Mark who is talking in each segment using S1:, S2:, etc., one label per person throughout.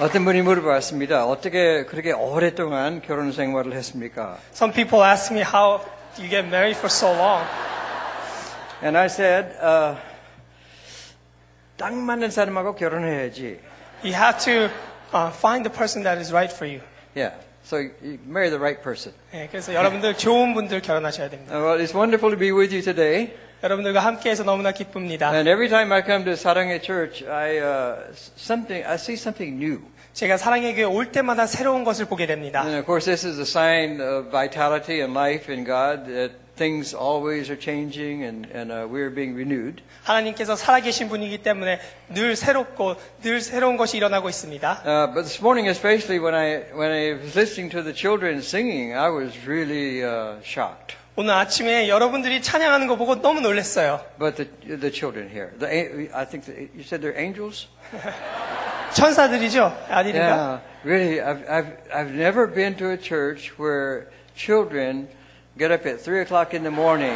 S1: 어떤 분이 물어봤습니다. 어떻게 그렇게 오랫동안 결혼 생활을 했습니까?
S2: Some people ask me how you get married for so long.
S1: And I said, uh, 딱 맞는 사람하고 결혼해야지.
S2: You have to uh, find the person that is right for you.
S1: Yeah. So you marry the right person.
S2: 예, 그래서 여러분들 좋은 분들 결혼하셔야 됩니다.
S1: Uh, well, it's wonderful to be with you today.
S2: 여러분들과 함께해서 너무나 기쁩니다.
S1: And every time I come to Sarangye Church, I uh, s- something I see something new.
S2: 제가 사랑의 교회 올 때마다 새로운 것을 보게 됩니다.
S1: And of course, this is a sign of vitality and life in God that things always are changing and, and uh, we're being renewed.
S2: 하나님께서 살아계신 분이기 때문에 늘 새롭고 늘 새로운 것이 일어나고 있습니다.
S1: Uh, but this morning, especially when I when I was listening to the children singing, I was really uh, shocked.
S2: 오늘 아침에 여러분들이 찬양하는 거 보고 너무 놀랐어요.
S1: But the the children here, the a- I think the, you said they're angels.
S2: 천사들이죠? 아들인가?
S1: Yeah, really. I've I've I've never been to a church where children get up at three o'clock in the morning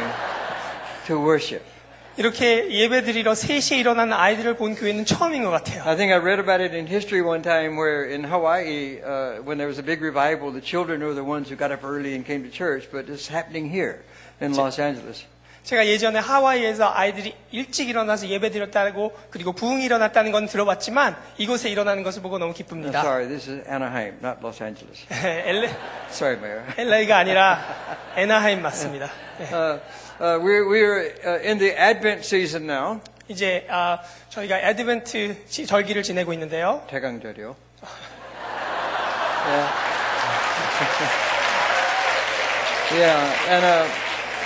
S1: to worship.
S2: 이렇게 예배드리러 3시에 일어나는 아이들을 본 교회는 처음인 것 같아요.
S1: I think I read about it in history one time where in Hawaii, uh, when there was a big revival, the children were the ones who got up early and came to church. But it's happening here in Los Angeles.
S2: 제가 예전에 하와이에서 아이들이 일찍 일어나서 예배드렸다고 그리고 부흥이 일어났다는 건 들어봤지만 이곳에 일어나는 것을 보고 너무
S1: I'm
S2: 기쁩니다.
S1: sorry, this is Anaheim, not Los Angeles.
S2: 엘레,
S1: Sorry, Mayor.
S2: LA가 아니라 에나하임 맞습니다. 네.
S1: Uh, uh, we're we're uh, in the Advent season now.
S2: 이제 아, 저희가 애드벤트 시- 절기를 지내고 있는데요.
S1: 대강절이요. yeah. yeah, and uh,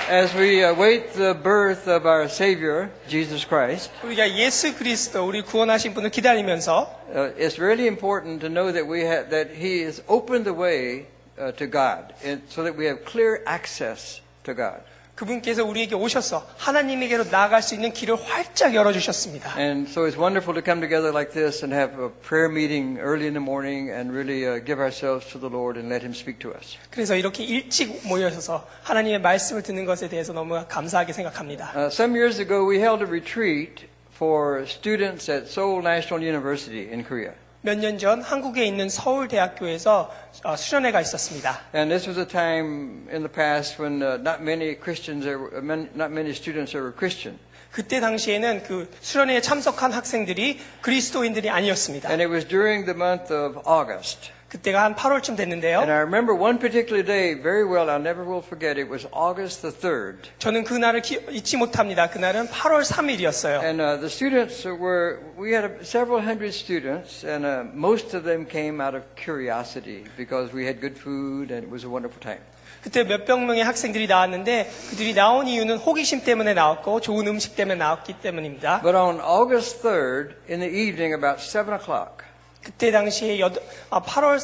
S1: as we await the birth of our Savior, Jesus Christ,
S2: 우리가 예수 그리스도 우리 구원하신 분을 기다리면서
S1: uh, it's really important to know that we have, that He has opened the way uh, to God, and so that we have clear access to God.
S2: 그분께서 우리에게 오셔서 하나님에게로 나아갈 수 있는 길을 활짝 열어주셨습니다.
S1: And so it's wonderful to come together like this and have a prayer meeting early in the morning and really uh, give ourselves to the Lord and let Him speak to us.
S2: 그래서 이렇게 일찍 모여서 하나님의 말씀을 듣는 것에 대해서 너무 감사하게 생각합니다.
S1: Uh, some years ago, we held a retreat for students at Seoul National University in Korea.
S2: 몇 년 전 한국에 있는 서울대학교에서 어, 수련회가 있었습니다.
S1: And this was a time in the past when uh, not many Christians, there were, men- not many students there were Christian.
S2: 그때 당시에는 그 수련회에 참석한 학생들이 그리스도인들이 아니었습니다.
S1: And it was during the month of August.
S2: 그때가 한 8월쯤
S1: And
S2: 됐는데요.
S1: I remember one particular day very well, I never will forget. It was August the 3rd.
S2: 저는 그날을 기- 잊지 못합니다. 그날은 8월 3일이었어요.
S1: And uh, the students were, we had a, several hundred students, and uh, most of them came out of curiosity because we had good food and it was a wonderful time.
S2: 그때 몇백 명의 학생들이 나왔는데 그들이 나온 이유는 호기심 때문에 나왔고 좋은 음식 때문에 나왔기 때문입니다.
S1: But on August 3rd, in the evening, about 7 o'clock,
S2: 그때 당시에 여, 아, 8월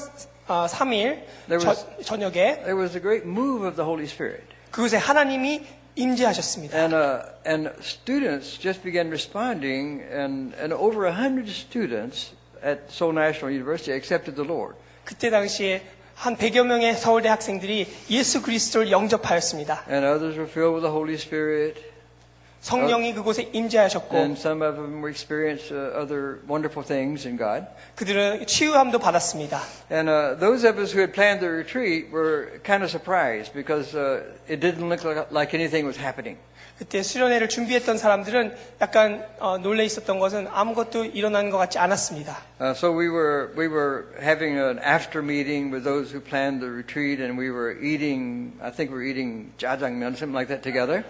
S2: 3일
S1: There was-
S2: 저녁에
S1: there was a great move of the Holy Spirit.
S2: 그곳에 하나님이 임재하셨습니다.
S1: And, uh, and students just began responding, and, and over 100 students at Seoul National University accepted the Lord.
S2: 그때 당시에 한 100여 명의 서울대 학생들이 예수 그리스도를 영접하였습니다.
S1: And others were filled with the Holy Spirit,
S2: 성령이 그곳에 임재하셨고
S1: and some of them were experienced uh, other wonderful things in God.
S2: 그들은 치유함도 받았습니다.
S1: And uh, those of us who had planned the retreat were kind of surprised because uh, it didn't look like, like anything was happening.
S2: 그때 수련회를 준비했던 사람들은 약간 어, 놀래 있었던 것은 아무것도 일어난 것 같지 않았습니다.
S1: Uh, so we were we were having an after meeting with those who planned the retreat, and we were eating. I think we were eating jajangmyeon, something like that, together.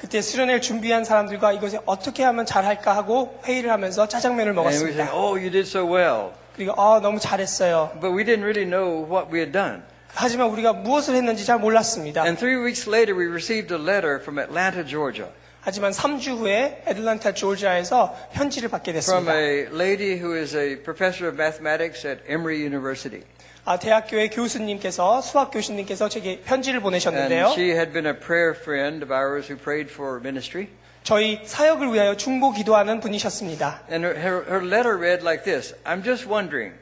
S2: 그때 수련회를 준비한 사람들과 이것에 어떻게 하면 잘할까 하고 회의를 하면서 짜장면을
S1: And we said,
S2: 먹었습니다.
S1: "Oh, you did so well,"
S2: 그리고 아 너무 잘했어요.
S1: but we didn't really know what we had done.
S2: 하지만 우리가 무엇을 했는지 잘 몰랐습니다.
S1: And three weeks later, we received a letter from Atlanta, Georgia,
S2: 하지만 3주 후에 애틀란타 조지아에서 편지를 받게
S1: from
S2: 됐습니다.
S1: a lady who is a professor of mathematics at Emory University,
S2: 아, 대학교의 교수님께서 수학 교수님께서 제게 편지를
S1: and
S2: 보내셨는데요.
S1: she had been a prayer friend of ours who prayed for ministry.
S2: 저희 사역을 위하여 중보 기도하는 분이셨습니다.
S1: And her, her, her letter read like this: "I'm just wondering."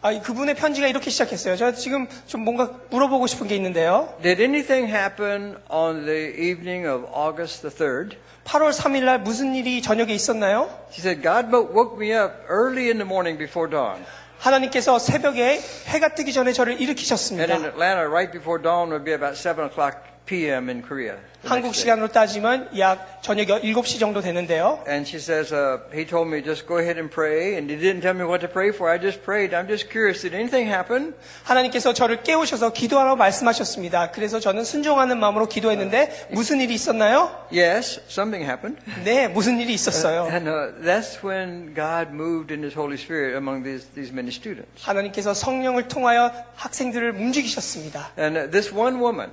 S2: 아, 이 그분의 편지가 이렇게 시작했어요. 저 지금 좀 뭔가 물어보고 싶은 게 있는데요.
S1: Did anything happen on the evening of August the 3rd?
S2: 8월 3일 날 무슨 일이 저녁에 있었나요?
S1: She said, God mo- woke me up early in the morning before dawn.
S2: 하나님께서 새벽에 해가 뜨기 전에 저를
S1: And in
S2: 일으키셨습니다.
S1: Atlanta, right before dawn would be about 7 o'clock p.m. in Korea. the
S2: 한국
S1: next day.
S2: 시간으로 따지면 약 저녁 7시 정도 되는데요.
S1: And she says, uh, he told me just go ahead and pray, and he didn't tell me what to pray for. I just prayed. I'm just curious. Did anything happen?
S2: 하나님께서 저를 깨우셔서 기도하라고 말씀하셨습니다. 그래서 저는 순종하는 마음으로
S1: 아, 예.
S2: 기도했는데 무슨 일이 있었나요?
S1: Yes, something happened.
S2: 네, 무슨 일이 있었어요.
S1: And uh, that's when God moved in His Holy Spirit among these, these many students.
S2: 하나님께서 성령을 통하여 학생들을 움직이셨습니다.
S1: And uh, this one woman,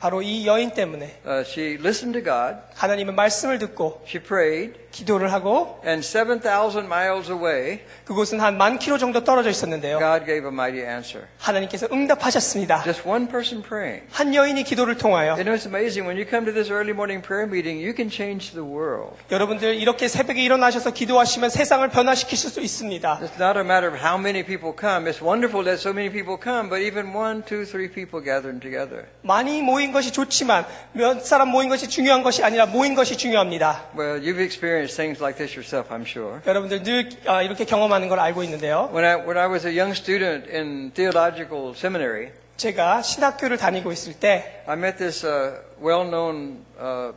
S2: 바로 이 여인 때문에
S1: uh, she listened to God,
S2: 하나님의 말씀을 듣고
S1: she prayed,
S2: 기도를 하고
S1: and 7,000 miles away,
S2: 그곳은 한 만 킬로 정도 떨어져 있었는데요.
S1: God gave a mighty answer.
S2: 하나님께서 응답하셨습니다.
S1: Just one person praying.
S2: 한 여인이 기도를 통하여
S1: You know, it's amazing. When you come to this early morning prayer meeting, you can change the world.
S2: 여러분들 이렇게 새벽에 일어나셔서 기도하시면 세상을 변화시키실 수 있습니다.
S1: It's not a matter of how many people come. It's wonderful that so many people come, but even one, two, three people gathering together.
S2: 많이 모인 것이 좋지만 몇 사람 모인 것이 중요한 것이 아니라 모인 것이 중요합니다.
S1: Well, you've experienced things like this yourself, I'm sure.
S2: 여러분들 늘 아, 이렇게 경험하는 걸 알고 있는데요.
S1: When I, when I was a young student in theological seminary,
S2: 제가 신학교를 다니고 있을 때
S1: I met this uh, well known uh,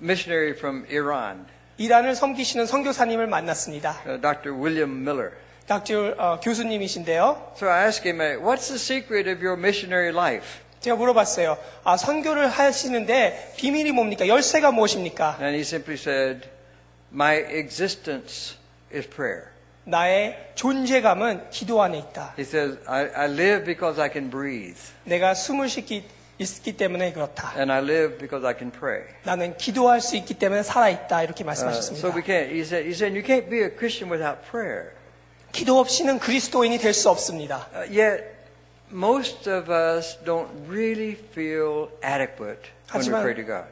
S1: missionary from Iran,
S2: 이란을 섬기시는 선교사님을 만났습니다.
S1: uh, Dr. William Miller.
S2: 닥터 어, 교수님이신데요.
S1: So I asked him, uh, What's the secret of your missionary life?
S2: 제가 물어봤어요. 아, 선교를 하시는데 비밀이 뭡니까? 열쇠가 무엇입니까?
S1: And he simply said, My existence is prayer.
S2: 나의 존재감은 기도 안에 있다.
S1: He says, I, I live because I can breathe,
S2: 내가 숨을 쉬기 있기 때문에 그렇다.
S1: and I live because I can pray.
S2: 나는 기도할 수 있기 때문에 살아있다.
S1: Uh,
S2: 이렇게
S1: so
S2: 말씀하셨습니다.
S1: we can't, he said, he said, You can't be a Christian without prayer.
S2: 기도 없이는 그리스도인이 될 수 없습니다.
S1: Uh, yet, most of us don't really feel adequate when we
S2: 하지만-
S1: pray to God.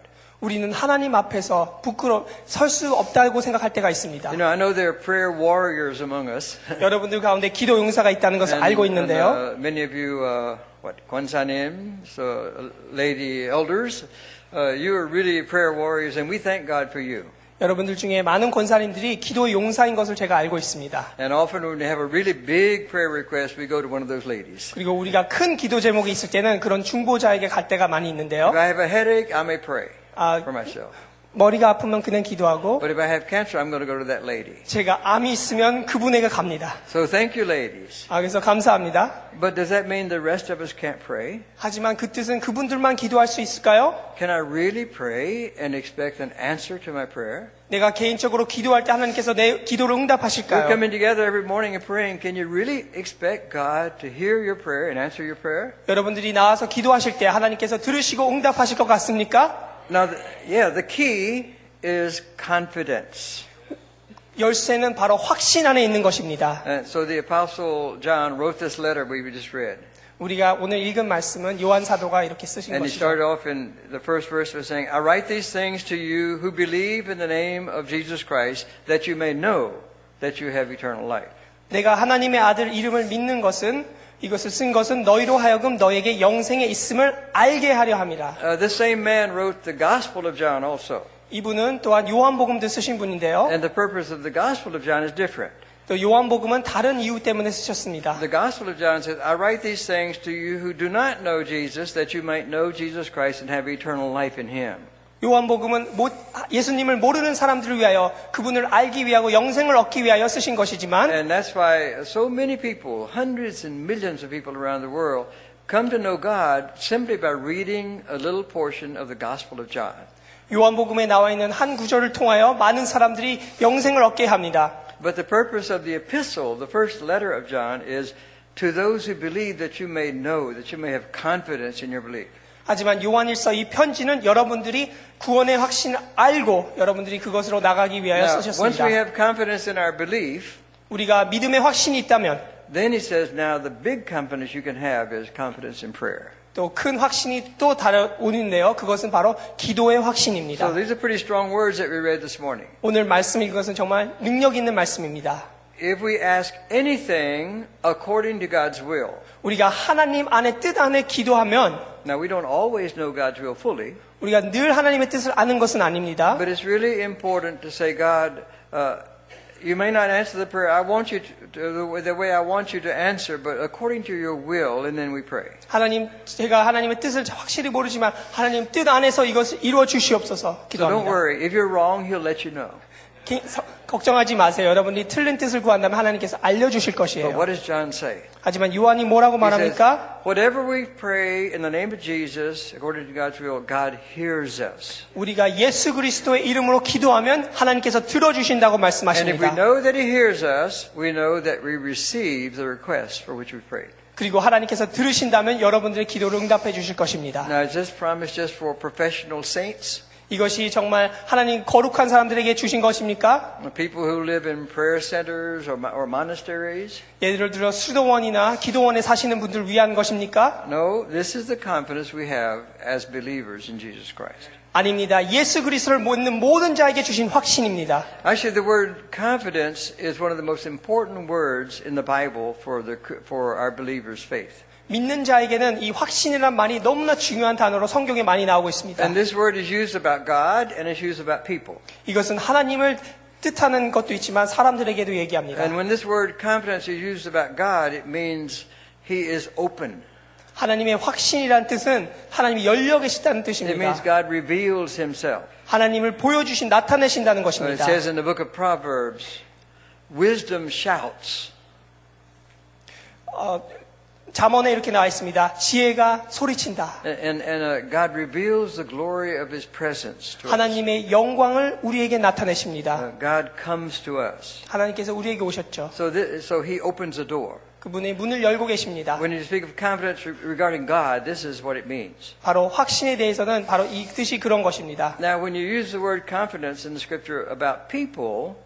S2: 우리는 하나님 앞에서 부끄러 설 수 없다고 생각할 때가 있습니다.
S1: You know, I know there are prayer warriors among us.
S2: 여러분들 가운데 기도 용사가 있다는 것을
S1: 네,
S2: 알고 있는데요.
S1: and, uh, many of you, uh, what, Kwanzanim, so uh, lady elders, uh, you are really prayer warriors, and we thank God for you.
S2: 여러분들 중에 많은 권사님들이 기도 용사인 것을 제가 알고 있습니다.
S1: And often when we have a really big prayer request, we go to one of those ladies.
S2: 그리고 우리가 큰 기도 제목이 있을 때는 그런 중보자에게 갈 때가 많이 있는데요.
S1: If I have a headache, I may pray
S2: Uh,
S1: for myself.
S2: 머리가 아프면 그냥 기도하고
S1: But if I have cancer, I'm going to go to that lady.
S2: 제가 암이 있으면 그분에게 갑니다.
S1: So thank you, ladies.
S2: 아, 그래서 감사합니다.
S1: But does that mean the rest of us can't pray?
S2: 하지만 그 뜻은 그분들만 기도할 수 있을까요?
S1: Can I really pray and expect an answer to my prayer?
S2: 내가 개인적으로 기도할 때 하나님께서 내 기도를
S1: We're
S2: 응답하실까요?
S1: coming together every morning and praying. Can you really expect God to hear your prayer and answer your prayer?
S2: 여러분들이 나와서 기도하실 때 하나님께서 들으시고 응답하실 것 같습니까?
S1: Now, the, yeah, the key is confidence.
S2: 열쇠는 바로 확신 안에 있는 것입니다.
S1: And Uh, so the Apostle John wrote this letter we just read.
S2: 우리가 오늘 읽은 말씀은 요한 사도가 이렇게 쓰신
S1: And he
S2: 것이죠.
S1: started off in the first verse by saying, I write these things to you who believe in the name of Jesus Christ, that you may know that you have eternal life.
S2: 내가 하나님의 아들 이름을 믿는 것은 이것을 쓴 것은 너희로 하여금 너에게 영생에 있음을 알게 하려 함이라.
S1: Uh, this same man wrote the Gospel of John also.
S2: 이분은 또한 요한복음도 쓰신 분인데요.
S1: And the purpose of the Gospel of John is different.
S2: 또 요한복음은 다른 이유 때문에 쓰셨습니다.
S1: The Gospel of John says, I write these things to you who do not know Jesus, that you might know Jesus Christ and have eternal life in him.
S2: 요한복음은 못- 예수님을 모르는 사람들을 위하여 그분을 알기 위하고 영생을 얻기 위하여 쓰신 것이지만
S1: And that's why so many people, hundreds and millions of people around the world, come to know God simply by reading a little portion of the Gospel of John.
S2: 요한복음에 나와 있는 한 구절을 통하여 많은 사람들이 영생을 얻게 합니다.
S1: But the purpose of the epistle, the first letter of John, is to those who believe that you may know, that you may have confidence in your belief.
S2: 하지만 요한일서 이 편지는 여러분들이 구원의 확신을 알고 여러분들이 그것으로 나가기 위하여
S1: Now, once we
S2: 쓰셨습니다.
S1: have confidence in our belief,
S2: 우리가 믿음의 확신이 있다면
S1: Then he says, now the big confidence you can have is confidence in prayer.
S2: 또 큰 확신이 또 다가오는데요. 그것은 바로 기도의
S1: So
S2: 확신입니다.
S1: these are pretty strong words that we read this morning.
S2: 오늘 말씀 읽은 것은 정말 능력 있는 말씀입니다.
S1: If we ask anything according to God's will,
S2: 우리가 하나님 안에 뜻 안에 기도하면
S1: now we don't always know God's will fully,
S2: 우리가 늘 하나님의 뜻을 아는 것은 아닙니다.
S1: but it's really important to say, God, uh, you may not answer the prayer I want you to, to the, way, the way I want you to answer, but according to your will, and then we pray.
S2: 하나님 제가 하나님의 뜻을 확실히 모르지만 하나님 뜻 안에서 이것을 이루어 주시옵소서
S1: So don't
S2: 기도합니다.
S1: worry. If you're wrong, He'll let you know.
S2: 기- 서- 걱정하지 마세요. 여러분이 틀린 뜻을 구한다면 하나님께서 알려주실
S1: But
S2: 것이에요.
S1: what does John say?
S2: 하지만 요한이 뭐라고
S1: He says,
S2: 말합니까?
S1: Whatever we pray in the name of Jesus, according to God's will, God hears us.
S2: 우리가 예수 그리스도의 이름으로 기도하면 하나님께서
S1: And if
S2: 들어주신다고
S1: we
S2: 말씀하십니다.
S1: know that He hears us, we know that we receive the request for which we prayed.
S2: 그리고 하나님께서 들으신다면 여러분들의 기도를 응답해 주실 것입니다.
S1: Now, is this promise just for professional saints?
S2: 이것이 정말 하나님 거룩한 사람들에게 주신 것입니까?
S1: People who live in prayer centers or, mo- or monasteries?
S2: 예를 들어 수도원이나 기도원에 사시는 분들 위한 것입니까?
S1: No, this is the confidence we have as believers in Jesus Christ.
S2: 아닙니다. 예수 그리스도를 믿는 모든 자에게 주신 확신입니다.
S1: Actually, the word confidence is one of the most important words in the Bible for, the, for our believers' faith.
S2: 믿는 자에게는 이 확신이란 말이 너무나 중요한 단어로 성경에 많이 나오고 있습니다.
S1: And this word is used about God and it's used about people.
S2: 이것은 하나님을 뜻하는 것도 있지만 사람들에게도 얘기합니다.
S1: And when this word confidence is used about God, it means He is open.
S2: 하나님의 확신이란 뜻은 하나님이 열려 계시다는
S1: It means
S2: 뜻입니다.
S1: God reveals Himself.
S2: 하나님을 보여주신 나타내신다는
S1: But it
S2: 것입니다.
S1: says in the book of Proverbs, wisdom shouts.
S2: 어, 잠언에 이렇게 나와 있습니다. 지혜가 소리친다.
S1: And, and uh, God reveals the glory of His presence to us.
S2: 하나님의 영광을 우리에게 나타내십니다.
S1: Uh, God comes to us.
S2: 하나님께서 우리에게 오셨죠.
S1: So, thi- so He opens a door.
S2: 그분의 문을 열고 계십니다.
S1: When you speak of confidence re- regarding God, this is what it means.
S2: 바로 확신에 대해서는 바로 이 뜻이 그런 것입니다.
S1: Now, when you use the word confidence in the scripture about people,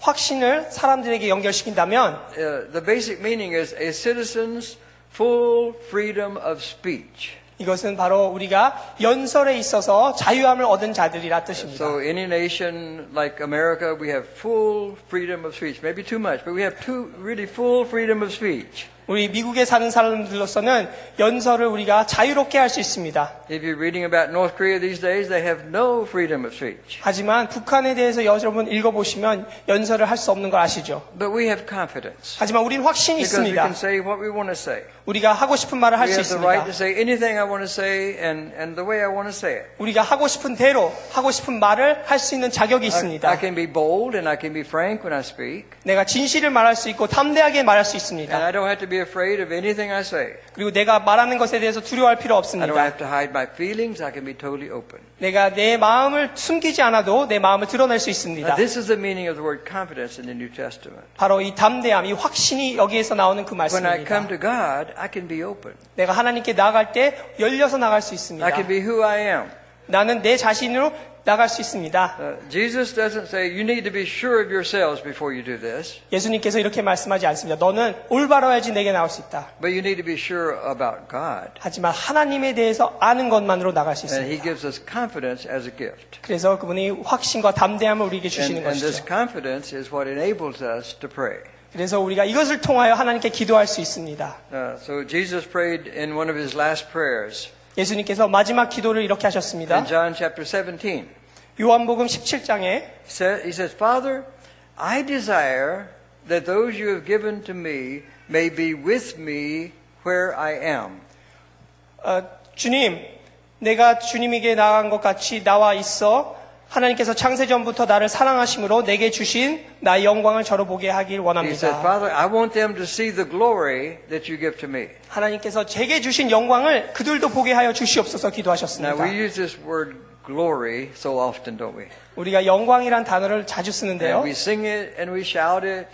S2: 확신을 사람들에게 연결시킨다면
S1: uh, the basic meaning is a citizen's full freedom of speech.
S2: 이것은 바로 우리가 연설에 있어서 자유함을 얻은 자들이라 뜻입니다.
S1: So, any nation like America, we have full freedom of speech. Maybe too much, but we have two really full freedom of speech.
S2: 우리 미국에 사는 사람들로서는 연설을 우리가 자유롭게 할 수 있습니다.
S1: If you're reading about North Korea these days, they have no freedom of speech.
S2: 하지만 북한에 대해서 여러분 읽어보시면 연설을 할 수 없는 걸 아시죠?
S1: But we have confidence
S2: 하지만 우리는 확신이
S1: because we can
S2: 있습니다.
S1: say what we want to say.
S2: 우리가 하고 싶은 말을 할
S1: We
S2: 수
S1: have the right
S2: 있습니다.
S1: to say anything I want to say and, and the way I want to say it.
S2: 우리가 하고 싶은 대로 하고 싶은 말을 할 수 있는
S1: I,
S2: 자격이
S1: I
S2: 있습니다.
S1: can be bold and I can be frank when I speak,
S2: 내가 진실을 말할 수 있고 담대하게 말할 수
S1: and
S2: 있습니다.
S1: I don't have to be afraid of anything I say.
S2: 그리고 내가 말하는 것에 대해서 두려워할
S1: I
S2: 필요
S1: don't
S2: 없습니다.
S1: have to hide my feelings. I can be totally open.
S2: 내가 내 마음을 숨기지 않아도 내 마음을 드러낼
S1: Now,
S2: 수 있습니다.
S1: this is the meaning of the word confidence in the New Testament.
S2: 바로 이 담대함, 이 확신이 여기에서 나오는 그
S1: When I come
S2: 말씀입니다.
S1: to God, I can be open.
S2: 내가 하나님께 나아갈 때 열려서 나갈 수 있습니다.
S1: I can be who I am.
S2: 나는 내 자신으로 나갈 수 있습니다.
S1: Uh, Jesus doesn't say you need to be sure of yourselves before you do this,
S2: 예수님께서 이렇게 말씀하지 않습니다. 너는 올바로 해야지 내게 나올 수 있다.
S1: but you need to be sure about God.
S2: 하지만 하나님에 대해서 아는 것만으로 나갈 수
S1: And He
S2: 있습니다.
S1: gives us confidence as a gift.
S2: 그래서 그분이 확신과 담대함을 우리에게
S1: And,
S2: 주시는
S1: and this
S2: 것이죠.
S1: confidence is what enables us to pray.
S2: 그래서 우리가 이것을 통하여 하나님께 기도할 수 있습니다.
S1: Uh, so Jesus prayed in one of his last prayers
S2: 예수님께서 마지막 기도를 이렇게
S1: in
S2: 하셨습니다.
S1: John chapter 17.
S2: 요한복음 17장에
S1: Sa- He says, Father, I desire that those you have given to me may be with me where I am.
S2: 어, 주님, 내가 주님에게 나간 것 같이 나와 있어 하나님께서 창세전부터 나를 사랑하심으로 내게 주신 나의 영광을 저로 보게
S1: He
S2: 하길
S1: said,
S2: 원합니다.
S1: Father, I want them to see the glory that you give to me.
S2: 하나님께서 제게 주신 영광을 그들도 보게 하여 주시옵소서
S1: Now,
S2: 기도하셨습니다.
S1: we use this word glory so often, don't we?
S2: 우리가 영광이란 단어를 자주
S1: And
S2: 쓰는데요.
S1: we sing it and we shout it.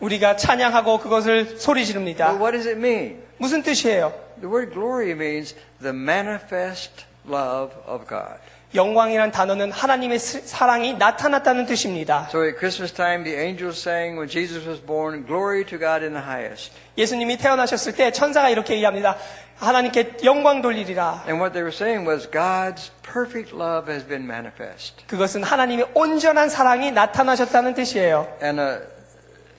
S2: 우리가 찬양하고 그것을 소리
S1: But
S2: 지릅니다.
S1: what does it mean?
S2: 무슨 뜻이에요?
S1: The word glory means the manifest love of God.
S2: 영광이란 단어는 하나님의 스- 사랑이 나타났다는 뜻입니다.
S1: So at Christmas time, the angels sang when Jesus was born, Glory to God in the highest.
S2: 예수님이 태어나셨을 때 천사가 이렇게 얘기합니다. 하나님께 영광 돌리리라.
S1: And what they were saying was, God's perfect love has been manifest.
S2: 그것은 하나님의 온전한 사랑이 나타나셨다는 뜻이에요.
S1: And uh,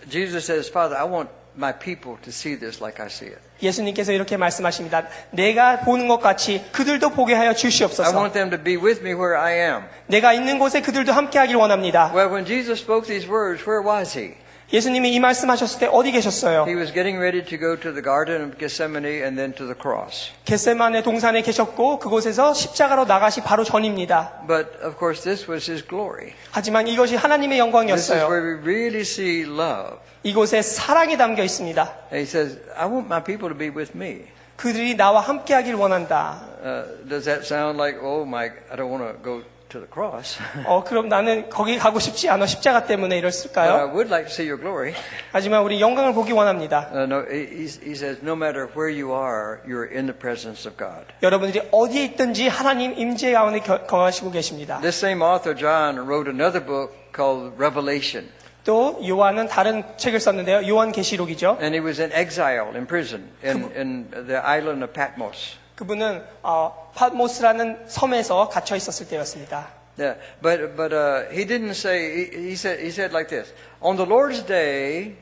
S1: Jesus says, Father, I want my people to see this like I see it.
S2: 예수님께서 이렇게 말씀하십니다. 내가 보는 것 같이 그들도 보게 하여
S1: I
S2: 주시옵소서.
S1: want them to be with me where I am.
S2: 내가 있는 곳에 그들도 함께 하길 원합니다.
S1: Well, when Jesus spoke these words, where was he?
S2: 예수님이 이 말씀하셨을 때 어디 계셨어요?
S1: He was getting ready to go to the Garden of Gethsemane and then to the cross.
S2: 겟세만의 동산에 계셨고 그곳에서 십자가로 나가시 바로 전입니다.
S1: But of course, this was his glory.
S2: 하지만 이것이
S1: This
S2: 하나님의
S1: is
S2: 영광이었어요.
S1: where we really see love.
S2: 이곳에 사랑이 담겨 있습니다.
S1: And he says, I want my people to be with me.
S2: 그들이 나와 함께 하길 원한다.
S1: Uh, does that sound like, oh my, I don't want to go to the cross?
S2: 어, 그럼 나는 거기 가고 싶지 않아. 십자가
S1: but
S2: 때문에
S1: I
S2: 이랬을까요?
S1: would like to see your glory.
S2: 하지만 우리 영광을 보기 원합니다.
S1: Uh, no, he, he he says, no matter where you are, you're in the presence of God.
S2: 여러분들이 어디에 있든지 하나님 임재 가운데 겨- 거하시고 계십니다.
S1: This same author, John, wrote another book called Revelation.
S2: 또 요한은 다른 책을 썼는데요. 요한 계시록이죠.
S1: And he was in exile, in prison, in, in the island of Patmos.
S2: 그분은 어, 팟모스라는 섬에서 갇혀 있었을 때였습니다.
S1: Yeah, but but uh, he didn't say. He, he said he said like this: On the Lord's day,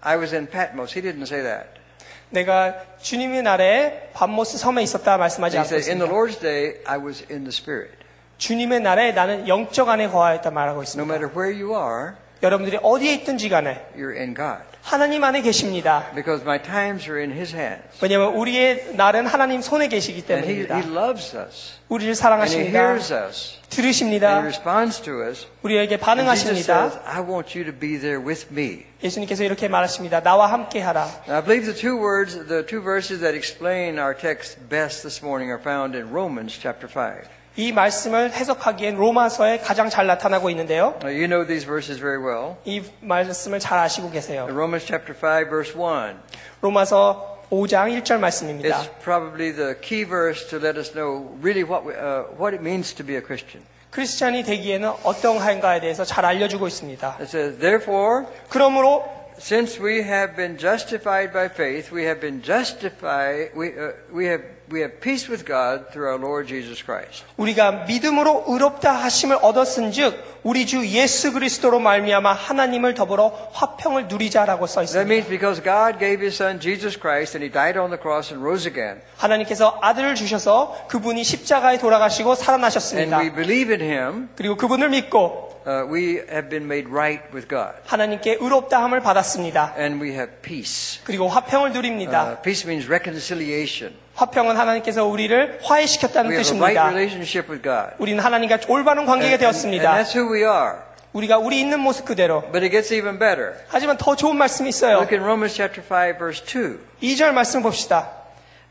S1: I was in Patmos. He didn't say that.
S2: 내가 주님의 날에 밧모스 섬에 있었다 말씀하지
S1: He said, "In the
S2: 않습니다.
S1: Lord's day, I was in the Spirit."
S2: 주님의 날에 나는 영적 안에 거하였다 말하고
S1: No
S2: 있습니다.
S1: matter where you are,
S2: 여러분들이 어디에 있든지 간에
S1: you're in God
S2: 하나님 안에 계십니다.
S1: because my times are in His hands,
S2: 왜냐하면 우리의 날은 하나님 손에 계시기
S1: and 네, He
S2: 때문입니다.
S1: He loves us, and
S2: 우리를
S1: He
S2: 사랑하십니다.
S1: hears us, and He
S2: 들으십니다.
S1: responds to us.
S2: 우리에게
S1: And Jesus says,
S2: 반응하십니다.
S1: "I want you to be there with me."
S2: 예수님께서 이렇게 말하십니다. 나와 함께 하라.
S1: And I believe the two words, the two verses that explain our text best this morning are found in Romans chapter five.
S2: 이 말씀을 해석하기엔 로마서에 가장 잘 나타나고 있는데요.
S1: Now, you know these verses very well.
S2: 이 말씀을 잘 아시고 계세요.
S1: Romans chapter 5, verse 1.
S2: 로마서 5장 1절 말씀입니다.
S1: It's probably the key verse to let us know really what, we, uh, what it means to be a Christian.
S2: 크리스찬이 되기에는 어떠한가에 대해서 잘 알려주고 있습니다.
S1: It says, Therefore,
S2: 그러므로
S1: since we have been justified by faith, we have been justified, we, uh, we, have, we have peace with God through our Lord Jesus Christ.
S2: 우리가 믿음으로 의롭다 하심을 얻었은즉 우리 주 예수 그리스도로 말미암아 하나님을 더불어 화평을 누리자라고 써
S1: That
S2: 있습니다.
S1: means because God gave his son Jesus Christ and he died on the cross and rose again,
S2: 하나님께서 아들을 주셔서 그분이 십자가에 돌아가시고
S1: and we
S2: 살아나셨습니다.
S1: believe in him,
S2: 그리고 그분을 믿고
S1: uh, we have been made right with God
S2: 하나님께 의롭다 함을 받았습니다.
S1: and we have peace.
S2: 그리고 화평을
S1: Uh,
S2: 누립니다.
S1: peace means reconciliation.
S2: 화평은 하나님께서 우리를 화해시켰다는
S1: We have a right
S2: 뜻입니다.
S1: relationship 네. with God.
S2: 우리는 하나님과 올바른 관계가
S1: And- and- and
S2: 되었습니다.
S1: that's who we are.
S2: 우리가 우리 있는 모습 그대로
S1: But it gets even better.
S2: 하지만 더 좋은 말씀이 있어요.
S1: Look in Romans chapter 5, verse 2.
S2: 2절 말씀 봅시다.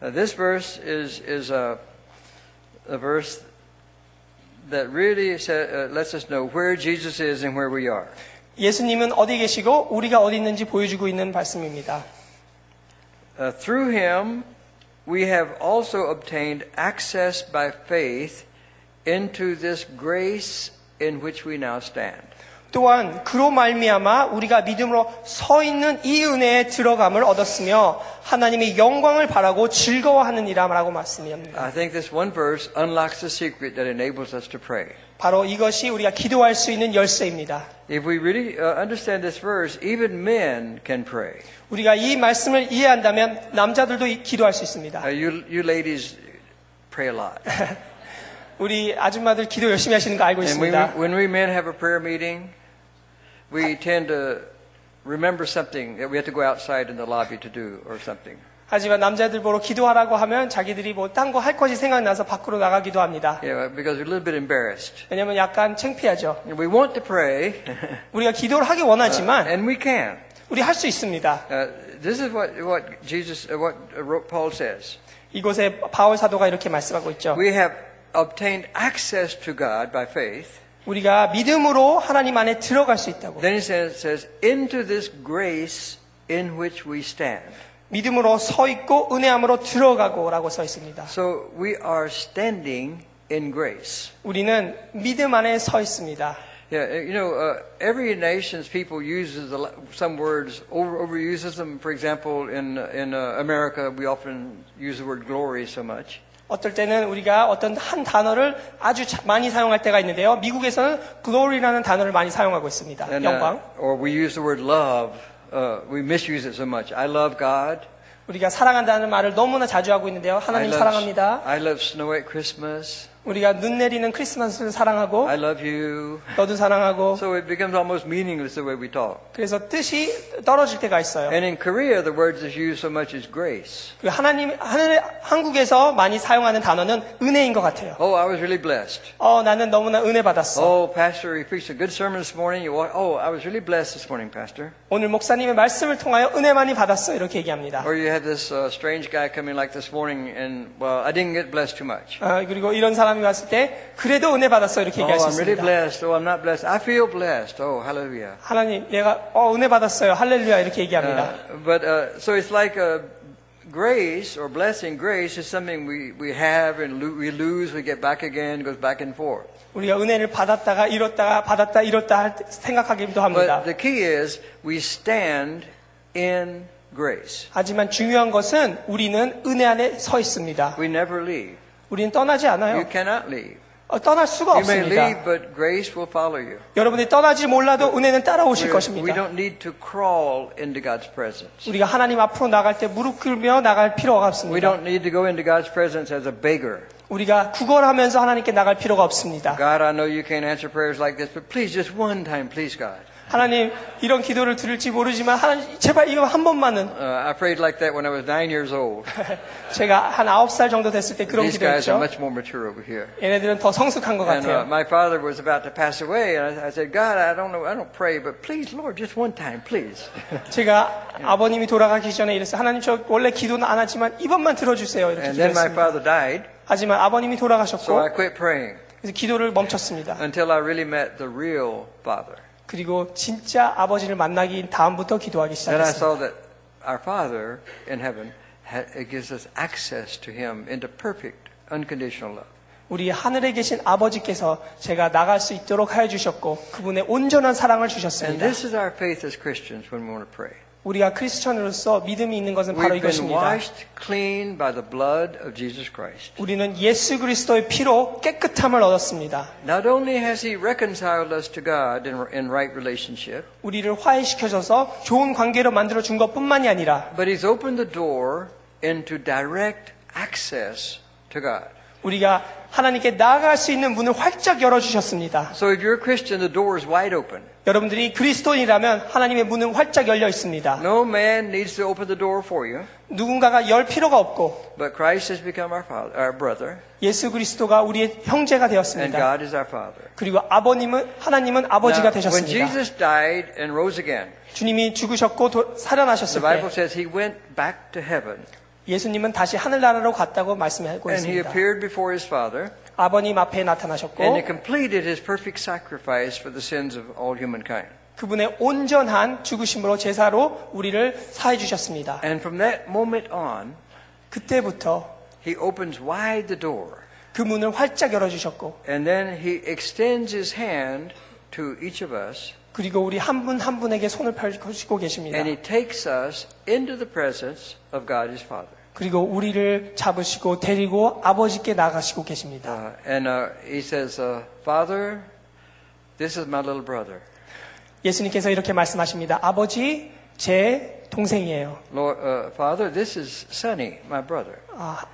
S1: Now, this verse is, is a, a verse that really sa- uh, lets us know where Jesus is and where we are.
S2: 예수님은 어디 계시고 우리가 어디 있는지 보여주고 있는 말씀입니다.
S1: Uh, through him, we have also obtained access by faith into this grace in which we now stand.
S2: 또한 그로 말미암아 우리가 믿음으로 서 있는 이 은혜에 들어감을 얻었으며 하나님의 영광을 바라고 즐거워하느니라 라고 말씀합니다.
S1: I think this one verse unlocks the secret that enables us to pray.
S2: 바로 이것이 우리가 기도할 수 있는 열쇠입니다.
S1: If we really uh, understand this verse, even men can pray.
S2: 우리가 이 말씀을 이해한다면 남자들도 이- 기도할 수
S1: Uh,
S2: 있습니다.
S1: you, you ladies pray a lot.
S2: 우리 아줌마들 기도 열심히 하시는 거 알고
S1: And we,
S2: 있습니다.
S1: when we men have a prayer meeting, we tend to remember something that we have to go outside in the lobby to do or something.
S2: 하지만 남자들 보러 기도하라고 하면 자기들이 뭐 딴 거 할 것이 생각나서 밖으로 나가기도 합니다.
S1: Yeah, because we're a little bit embarrassed.
S2: 왜냐면 약간 창피하죠.
S1: And we want to pray,
S2: 우리가 기도를 하기 원하지만
S1: and we can.
S2: 우리 할 수 있습니다.
S1: Uh, this is what, what Jesus, uh, what uh, wrote- Paul says.
S2: 이곳에 바울 사도가 이렇게 말씀하고 있죠.
S1: We have obtained access to God by faith.
S2: 우리가 믿음으로 하나님 안에 들어갈 수 있다고.
S1: Then he says, says into this grace in which we stand.
S2: 믿음으로 서 있고 은혜함으로 들어가고라고 써 있습니다.
S1: So we are standing in grace.
S2: 우리는 믿음 안에 서 있습니다.
S1: Yeah, you know, uh, every nation's people uses a lot- some words over, overuses them. For example, in in uh, America, we often use the word glory so much.
S2: 어떨 때는 우리가 어떤 한 단어를 아주 자- 많이 사용할 때가 있는데요. 미국에서는 glory라는 단어를 많이 사용하고 있습니다.
S1: And, uh,
S2: 영광.
S1: or we use the word love. Uh, we misuse it so much. I love God.
S2: 우리가 사랑한다는 말을 너무나 자주 하고 있는데요.
S1: I
S2: 하나님
S1: love,
S2: 사랑합니다.
S1: I love snow at Christmas.
S2: 우리가 눈 내리는 크리스마스를 사랑하고
S1: I love you.
S2: 너도 사랑하고
S1: So it becomes almost meaningless the way we talk.
S2: 그래서 뜻이 떨어질 때가 있어요.
S1: And in Korea, the word that's used so much is grace.
S2: 그 하나님 하늘 한국에서 많이 사용하는 단어는 은혜인 것 같아요.
S1: Oh, I was really blessed.
S2: 어 나는 너무나 은혜 받았어.
S1: Oh, Pastor, you preached a good sermon this morning. You walk, oh, I was really blessed this morning, Pastor.
S2: 오늘 목사님의 말씀을 통하여 은혜 많이 받았어 이렇게 얘기합니다.
S1: Or you had this uh, strange guy come in like this morning, and well, I didn't get blessed too much.
S2: 아, 그리고 이런 사람이 왔을 때 그래도 은혜 받았어 이렇게
S1: Oh,
S2: 얘기할 수
S1: I'm really
S2: 있습니다.
S1: blessed. Oh, I'm not blessed. I feel blessed. Oh, hallelujah.
S2: 하나님 내가 어 은혜 받았어요 할렐루야 이렇게 얘기합니다.
S1: Uh, but uh, so it's like a grace or blessing. Grace is something we, we have and lo- we lose, we get back again, goes back and forth.
S2: 우리가 은혜를 받았다가 잃었다가 받았다 잃었다 할 때 생각하기도 합니다.
S1: But the key is we stand in grace.
S2: 하지만 중요한 것은 우리는 은혜 안에 서 있습니다.
S1: We never leave.
S2: 우리는 떠나지
S1: You
S2: 않아요.
S1: cannot leave.
S2: 어, 떠날 수가
S1: You may leave,
S2: 없습니다.
S1: but grace will follow you.
S2: 여러분이 떠나지 몰라도 은혜는 따라오실
S1: We're- We
S2: 것입니다.
S1: don't need to crawl into God's presence.
S2: 우리가 하나님 앞으로 나갈 때 무릎 꿇으며 나갈 필요가
S1: We
S2: 없습니다.
S1: don't need to go into God's presence as a beggar.
S2: 우리가 구걸하면서 하나님께 나갈 필요가 없습니다.
S1: God, I know you can't answer prayers like this, but please, just one time, please, God.
S2: 하나님 이런 기도를 들을지 모르지만 하나님 제발 이거 한 번만은
S1: Uh, I prayed like that when I was nine years old.
S2: 제가 한 아홉 살 정도 됐을 때 그런
S1: These guys are
S2: 기도했죠.
S1: much more mature over here.
S2: 얘네들은 더 성숙한 것
S1: And uh,
S2: 같아요.
S1: my father was about to pass away, and I, I said, God, I don't know, I don't pray, but please, Lord, just one time, please.
S2: 제가 아버님이 돌아가기 전에 이랬어요. 하나님 저 원래 기도는 안 하지만 이번만 들어주세요 이렇게
S1: And then my
S2: 기도했습니다.
S1: father died,
S2: 하지만 아버님이
S1: so I
S2: 돌아가셨고
S1: quit praying
S2: 그래서 기도를 멈췄습니다.
S1: until I really met the real father.
S2: 그리고 진짜 아버지를 만나기 다음부터 기도하기
S1: Then I
S2: 시작했습니다.
S1: saw that our Father in heaven ha- it gives us access to Him into perfect, unconditional love.
S2: 우리 하늘에 계신 아버지께서 제가 나갈 수 있도록 하여 주셨고 그분의 온전한 사랑을
S1: And
S2: 주셨습니다.
S1: this is our faith as Christians when we want to pray.
S2: 우리가 크리스천으로서 믿음이 있는 것은 바로
S1: We've been
S2: 이것입니다.
S1: washed clean by the blood of Jesus Christ.
S2: 우리는 예수 그리스도의 피로 깨끗함을 얻었습니다.
S1: Not only has He reconciled us to God in, in right relationship,
S2: 우리를 화해시켜줘서 좋은 관계로 만들어 준 것뿐만이 아니라
S1: but He's opened the door into direct access to God.
S2: 우리가 하나님께 나아갈 수 있는 문을 활짝 열어주셨습니다.
S1: So if you're a Christian, the door is wide open.
S2: 여러분들이 그리스도인이라면 하나님의 문은 활짝 열려 있습니다.
S1: No man needs to open the door for you,
S2: 누군가가 열 필요가 없고
S1: but Christ has become our father, our brother,
S2: 예수 그리스도가 우리의 형제가
S1: and
S2: 되었습니다.
S1: God is our father.
S2: 그리고 아버님은 하나님은
S1: Now,
S2: 아버지가
S1: when
S2: 되셨습니다.
S1: Jesus died and rose again,
S2: 주님이 죽으셨고 도-
S1: the
S2: 살아나셨을
S1: Bible
S2: 때
S1: says he went back to heaven
S2: 예수님은 다시 하늘나라로 갔다고 말씀하고
S1: and he
S2: 있습니다.
S1: appeared before his Father
S2: 아버님
S1: and
S2: 앞에
S1: he
S2: 나타나셨고
S1: completed his perfect sacrifice for the sins of all humankind.
S2: 그분의 온전한 죽으심으로 제사로 우리를 사해 주셨습니다.
S1: And from that moment on,
S2: 그때부터
S1: he opens wide the door
S2: 그 문을 활짝 열어 주셨고
S1: and then he extends his hand to each of us
S2: 그리고 우리 한 분 한 분에게 손을 펼치고 계십니다.
S1: and he takes us into the presence of God his Father.
S2: 그리고 우리를 잡으시고 데리고 아버지께 나가시고 계십니다.
S1: Uh, and uh, he says, uh, Father, this is my little brother.
S2: 예수님께서 이렇게 말씀하십니다. 아버지, 제 동생이에요.
S1: Lord, uh, Father, this is Sonny, my brother.
S2: 아,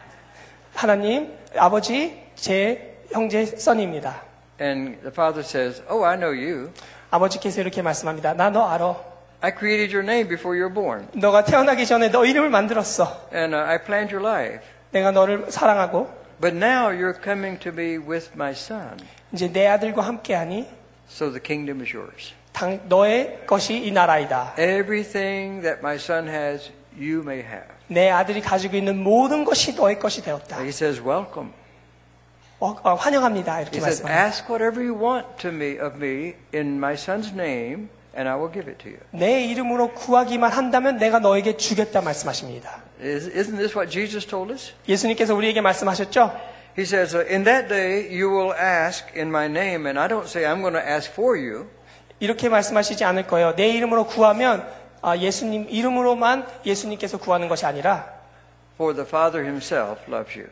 S2: 하나님, 아버지, 제 형제 써니입니다.
S1: And the father says, Oh, I know you.
S2: 아버지께서 이렇게 말씀합니다. 나 너 알아.
S1: I created your name before you were born,
S2: 너가 태어나기 전에 너 이름을 만들었어.
S1: and uh, I planned your life.
S2: 내가 너를 사랑하고
S1: But now you're coming to me with my son,
S2: 이제 내 아들과 함께하니
S1: so the kingdom is yours.
S2: 당, 너의 것이 이 나라이다.
S1: Everything that my son has, you may have.
S2: 내 아들이 가지고 있는 모든 것이 너의 것이 되었다.
S1: He says, Welcome.
S2: 어, 어, 환영합니다.
S1: He
S2: 이렇게
S1: says,
S2: 말씀합니다.
S1: Ask whatever you want to me of me in my son's name, and I will give it to you.
S2: 내 이름으로 구하기만 한다면 내가 너에게 주겠다 말씀하십니다.
S1: Is, isn't this what Jesus told us?
S2: 예수님께서 우리에게 말씀하셨죠?
S1: He says, uh, In that day you will ask in my name, and I don't say I'm going to ask for you.
S2: 이렇게 말씀하시지 않을 거예요. 내 이름으로 구하면 아, 예수님 이름으로만 예수님께서 구하는 것이 아니라
S1: For the Father himself loves you.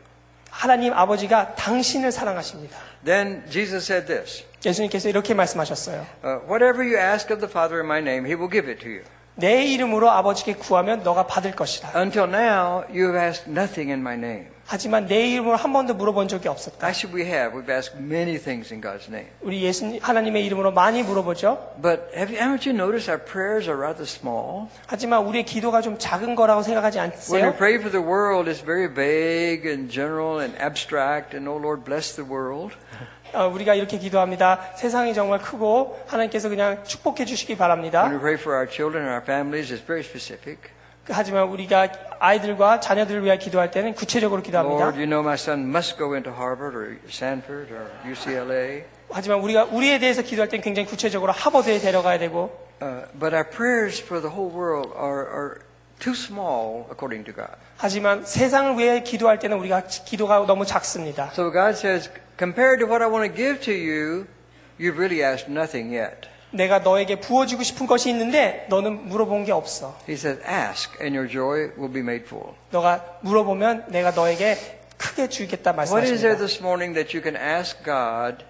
S2: 하나님 아버지가 당신을 사랑하십니다.
S1: Then Jesus said this
S2: 예수님께서 이렇게 말씀하셨어요.
S1: uh, Whatever you ask of the Father in my name, he will give it to you.
S2: 내 이름으로 아버지께 구하면 너가 받을 것이다.
S1: Until now, you have asked nothing in my name.
S2: 하지만 내 이름으로 한 번도 물어본 적이 없었다.
S1: Actually, we have. We've asked many things in God's name.
S2: 우리 예수님 하나님의 이름으로 많이 물어보죠.
S1: But have you, haven't you noticed our prayers are rather small?
S2: 하지만 우리의 기도가 좀 작은 거라고 생각하지
S1: When we
S2: 않으세요?
S1: pray for the world, it's very vague and general and abstract, and oh Lord, bless the world.
S2: 어, 우리가 이렇게 기도합니다. 세상이 정말 크고 하나님께서 그냥 축복해 주시기
S1: When we
S2: 바랍니다.
S1: pray for our children and our families, it's very specific.
S2: 하지만 우리가 아이들과 자녀들을 위해 기도할 때는 구체적으로
S1: Lord, 예.
S2: 기도합니다.
S1: you know my son must go into Harvard or Sanford or UCLA.
S2: 하지만 우리가 우리에 대해서 기도할 때는 굉장히 구체적으로 하버드에 데려가야 되고
S1: Uh, but our prayers for the whole world are, are too small according to God.
S2: 하지만 세상을 위해 기도할 때는 우리가 기도가 너무 작습니다.
S1: So God says, compared to what I want to give to you, you've really asked nothing yet.
S2: 내가 너에게 부어주고 싶은 것이 있는데 너는 물어본 게 없어.
S1: He says, ask and your joy will be made full.
S2: 너가 물어보면 내가 너에게 크게 주겠다
S1: What is there
S2: 말씀하십니다.
S1: this morning that you can ask God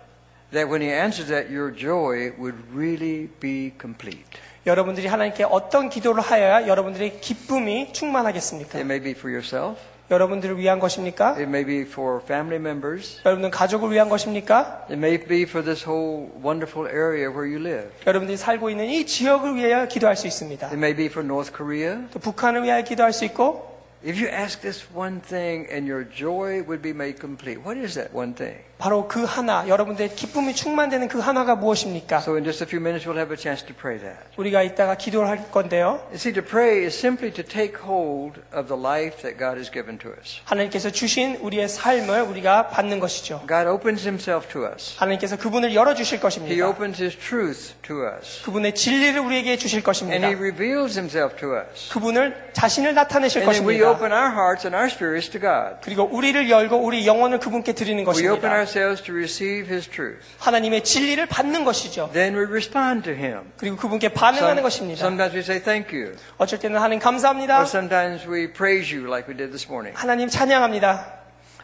S1: that when He answers that, your joy would really be complete?
S2: 여러분들이 하나님께 어떤 기도를 하여야 여러분들의 기쁨이 충만하겠습니까?
S1: It may be for yourself,
S2: 여러분들을 위한 것입니까?
S1: it may be for family members,
S2: 여러분들 가족을 위한 것입니까?
S1: it may be for this whole wonderful area where you live,
S2: 여러분들이 살고 있는 이 지역을 위하여 기도할 수 있습니다.
S1: it may be for North Korea.
S2: 또 북한을 위하여 기도할 수 있고
S1: If you ask this one thing and your joy would be made complete, what is that one thing?
S2: 바로 그 하나, 여러분들의 기쁨이 충만되는 그 하나가 무엇입니까?
S1: So, in just a few minutes, we'll have a chance to pray that.
S2: 우리가 이따가 기도를 할 건데요.
S1: You see, to pray is simply to take hold of the life that God has given to us.
S2: 하나님께서 주신 우리의 삶을 우리가 받는 것이죠.
S1: God opens Himself to us,
S2: 하나님께서 그분을 열어주실
S1: He
S2: 것입니다.
S1: opens His truth to us,
S2: 그분의 진리를 우리에게 주실
S1: and
S2: 것입니다.
S1: He reveals Himself to us.
S2: 그분을 자신을 나타내실
S1: And then we
S2: 것입니다.
S1: open our hearts and our spirits to God.
S2: 그리고 우리를 열고 우리 영혼을 그분께 드리는
S1: We open
S2: 것입니다.
S1: ourselves to receive His truth.
S2: 하나님의 진리를 받는 것이죠.
S1: Then we respond to Him.
S2: 그리고 그분께
S1: Some-
S2: 반응하는 것입니다.
S1: sometimes we say thank you,
S2: 어쩔 때는 하나님
S1: or
S2: 감사합니다.
S1: sometimes we praise you like we did this morning.
S2: 하나님 찬양합니다.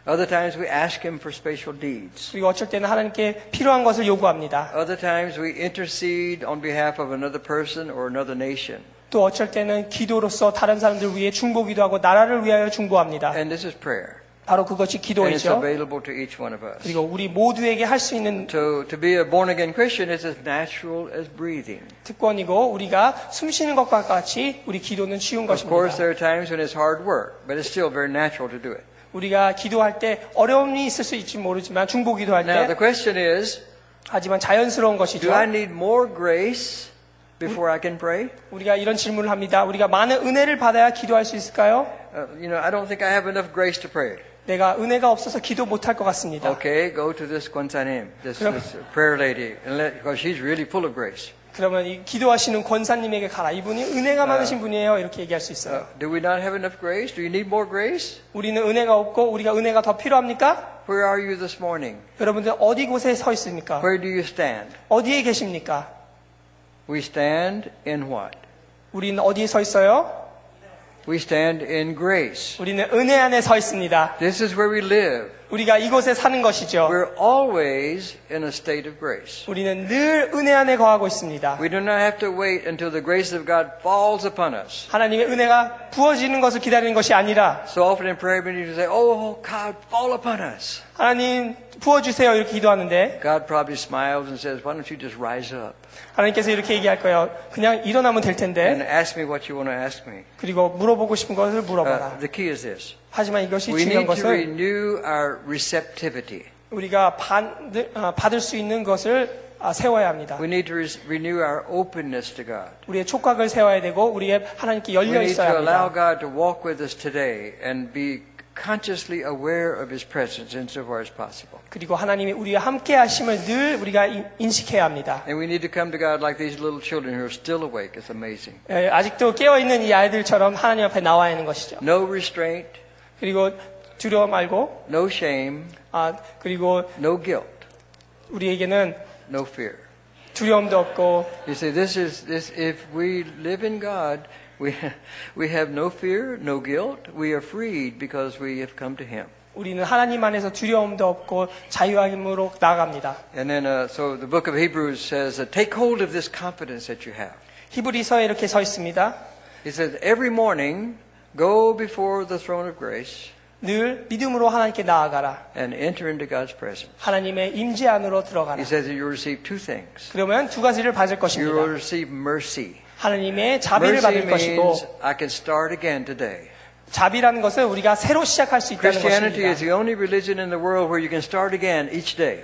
S1: Other times we ask Him for special deeds.
S2: 그리고 어쩔 때는 하나님께 필요한 것을 요구합니다.
S1: Other times we intercede on behalf of another person or another nation.
S2: 또 어쩔 때는 기도로서 다른 사람들 위해 중보기도 하고 나라를 위하여 중보합니다.
S1: And this is prayer.
S2: 바로 그것이
S1: And it's
S2: 기도이죠.
S1: available to each one of us.
S2: 그리고 우리 모두에게 할 수 있는
S1: To, to be a born again Christian is as natural as breathing.
S2: 특권이고 우리가 숨 쉬는 것과 같이 우리 기도는 쉬운
S1: Of course,
S2: 것입니다.
S1: there are times when it's hard work, but it's still very natural to do it.
S2: 우리가 기도할 때 어려움이 있을 수 있지 모르지만 중보 기도할
S1: Now, the
S2: 때
S1: question is
S2: 하지만 자연스러운
S1: do
S2: 것이죠.
S1: I need more grace before I can pray?
S2: 우리가 이런 질문을 합니다. 우리가 많은 은혜를 받아야 기도할 수 있을까요?
S1: Uh, you know, I don't think I have enough grace to pray.
S2: 내가 은혜가 없어서 기도 못할 것 같습니다.
S1: Okay, go to this Kwanzanim, this,
S2: Kram-
S1: this prayer lady, and let, because she's really full of grace.
S2: 그러면 이 기도하시는 권사님에게 가라. 이분이 은혜가
S1: 네.
S2: 많으신 분이에요. 이렇게 얘기할
S1: Uh,
S2: 수 있어요.
S1: do we not have enough grace? Do you need more grace?
S2: 우리는 은혜가 없고 우리가 은혜가 더 필요합니까?
S1: Where are you this morning?
S2: 여러분들 어디 곳에 서 있습니까?
S1: Where do you stand?
S2: 어디에 계십니까?
S1: We stand in what?
S2: 우리는 어디에 서 있어요?
S1: We stand in grace.
S2: 우리는 은혜 안에 서 있습니다.
S1: This is where we live.
S2: 우리가 이곳에 사는 것이죠.
S1: We're always in a state of grace.
S2: 우리는 늘 은혜 안에 거하고 있습니다.
S1: We do not have to wait until the grace of God falls upon us.
S2: 하나님의 은혜가 부어지는 것을 기다리는 것이 아니라
S1: So often in prayer meetings we say, Oh God, fall upon us.
S2: 하나님 부어주세요 이렇게 기도하는데
S1: God probably smiles and says, Why don't you just rise up
S2: 하나님께서 이렇게 얘기할 거예요. 그냥 일어나면 될
S1: and
S2: 텐데
S1: ask me what you want to ask me?
S2: 그리고 물어보고 싶은 것을
S1: Uh,
S2: 물어봐라.
S1: the key is this.
S2: 하지만 이것이
S1: We
S2: 중요한
S1: need to
S2: 것은
S1: renew our receptivity.
S2: 우리가 받을, 아, 받을 수 있는 것을 아, 세워야 합니다.
S1: We need to res- renew our openness to God.
S2: 우리의 촉각을 세워야 되고 우리의 하나님께
S1: We
S2: 열려
S1: need
S2: 있어야
S1: to allow
S2: 합니다.
S1: God to walk with us today and be consciously aware of His presence insofar as possible.
S2: 그리고 하나님이 우리와 함께 하심을 늘 우리가 인- 인식해야 합니다.
S1: And we need to come to God like these little children who are still awake. It's amazing.
S2: 예, 아직도 깨어있는 이 아이들처럼 하나님 앞에 나와야 하는 것이죠.
S1: No restraint,
S2: 그리고 두려워 말고
S1: no shame,
S2: 아 그리고
S1: no guilt,
S2: 우리에게는
S1: no fear.
S2: 두려움도 없고
S1: You see, this is this. If we live in God, we we have no fear, no guilt. We are freed because we have come to Him.
S2: 우리는 하나님 안에서 두려움도 없고 자유함으로 나아갑니다.
S1: And then, uh, so the book of Hebrews says, uh, take hold of this confidence that you have.
S2: 히브리서에 이렇게 서 있습니다.
S1: He says, every morning, go before the throne of grace
S2: 늘 믿음으로 하나님께 나아가라.
S1: and enter into God's presence.
S2: 하나님의 임재 안으로 들어가라.
S1: He says that you'll receive two things.
S2: 그러면 두 가지를 받을
S1: You will
S2: 것입니다.
S1: receive mercy.
S2: 하나님의 자비를
S1: Mercy
S2: 받을 것이고
S1: means I can start again today.
S2: 자비라는 것은 우리가 새로 시작할 수 있다는
S1: Christianity is
S2: 것입니다.
S1: the only religion in the world where you can start again each day.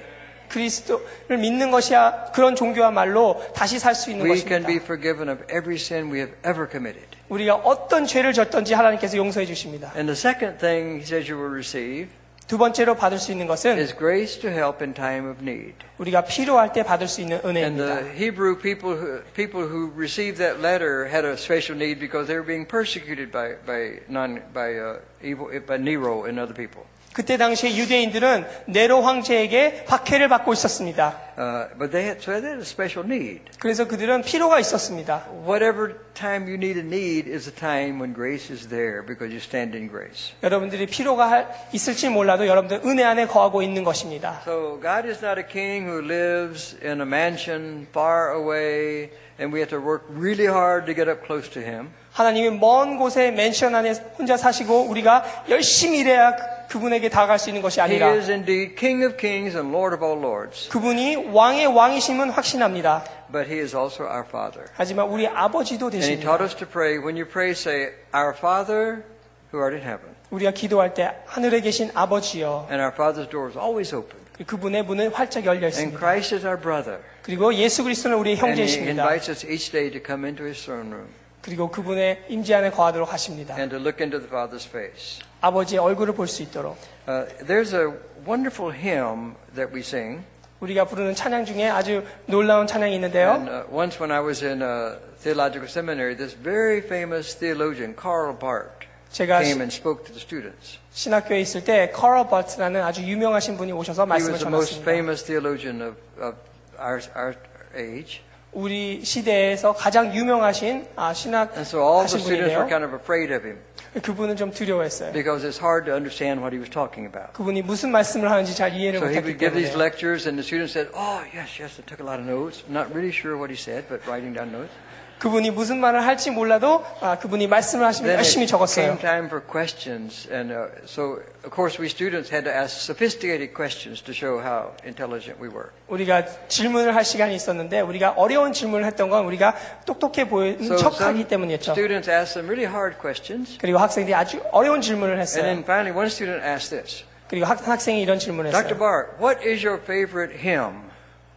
S2: 그리스도를 믿는 것이야 그런 종교야말로 다시 살 수 있는
S1: We can be
S2: 것입니다.
S1: forgiven of every sin we have ever committed.
S2: 우리가 어떤 죄를 졌든지 하나님께서 용서해 주십니다.
S1: And the second thing he says you will receive
S2: 두 번째로 받을 수 있는 것은
S1: is grace to help in time of need.
S2: 우리가 필요할 때 받을 수 있는
S1: And the
S2: 은혜입니다.
S1: Hebrew people who, people who received that letter had a special need because they were being persecuted by by non by uh, evil by Nero and other people.
S2: 그때 당시에 유대인들은 네로 황제에게 박해를 받고 있었습니다.
S1: Uh, but they had so they had a special need.
S2: 그래서 그들은 필요가 있었습니다.
S1: Whatever time you need a need is a time when grace is there because you stand in grace.
S2: 여러분들이 필요가 할- 있을지 몰라도 여러분들 은혜 안에 거하고 있는 것입니다.
S1: So God is not a king who lives in a mansion far away and we have to work really hard to get up close to him.
S2: 하나님은 먼 곳에 맨션 안에 혼자 사시고 우리가 열심히 일해야 그- 그분에게 다가갈 수 있는 것이
S1: He
S2: 아니라
S1: is indeed King of kings and Lord of all lords,
S2: 그분이 왕의 왕이심은 확신합니다.
S1: but he is also our father.
S2: 하지만 우리 아버지도
S1: And he
S2: 되십니다.
S1: taught us to pray. When you pray, say, Our Father who art in heaven.
S2: 우리가 기도할 때 하늘에 계신 아버지여
S1: And our Father's door is always open.
S2: 그분의 문은 활짝 열려
S1: And
S2: 있습니다.
S1: Christ is our brother.
S2: 그리고 예수 그리스도는 우리의
S1: And he
S2: 형제이십니다.
S1: invites us each day to come into his throne room
S2: 그리고 그분의 임재 안에 거하도록 하십니다.
S1: and to look into the Father's face.
S2: 아버지의 얼굴을 볼 수 있도록
S1: Uh, there's a wonderful hymn that we sing.
S2: 우리가 부르는 찬양 중에 아주 놀라운 찬양이
S1: And
S2: 있는데요.
S1: uh, once when I was in uh, theological seminary, this very famous theologian, Karl Barth,
S2: 제가
S1: came and spoke to the students.
S2: 신학교에 있을 때 커럴 버츠라는 아주 유명하신 분이 오셔서
S1: He
S2: 말씀을
S1: was the most
S2: 전했습니다.
S1: famous theologian of, of our, our age.
S2: 우리 시대에서 가장 유명하신 아, 신학
S1: And so all the
S2: 하신
S1: students were
S2: 분이에요.
S1: kind of afraid of him
S2: 그분은 좀 두려워했어요.
S1: because it's hard to understand what he was talking about.
S2: 그분이 무슨 말씀을 하는지 잘 이해를
S1: So he
S2: 못했기
S1: would give these
S2: 때문에
S1: lectures, and the students said, Oh, yes, yes, I took a lot of notes. Not really sure what he said, but writing down notes.
S2: 그분이 무슨 말을 할지 몰라도 아, 그분이 말씀을 하시면
S1: Then
S2: 열심히
S1: it came
S2: 적었어요.
S1: time for questions, and uh, so, of course, we students had to ask sophisticated questions to show how intelligent we were.
S2: 우리가 질문을 할 시간이 있었는데 우리가 어려운 질문을 했던 건 우리가 똑똑해 보이는
S1: So
S2: 척하기
S1: some
S2: 때문이었죠.
S1: students asked some really hard questions,
S2: 그리고 학생들이 아주 어려운 질문을
S1: and
S2: 했어요.
S1: then finally one student asked this,
S2: 그리고 학, 학생이 이런 질문을
S1: Dr.
S2: 했어요.
S1: Bart, what is your favorite hymn?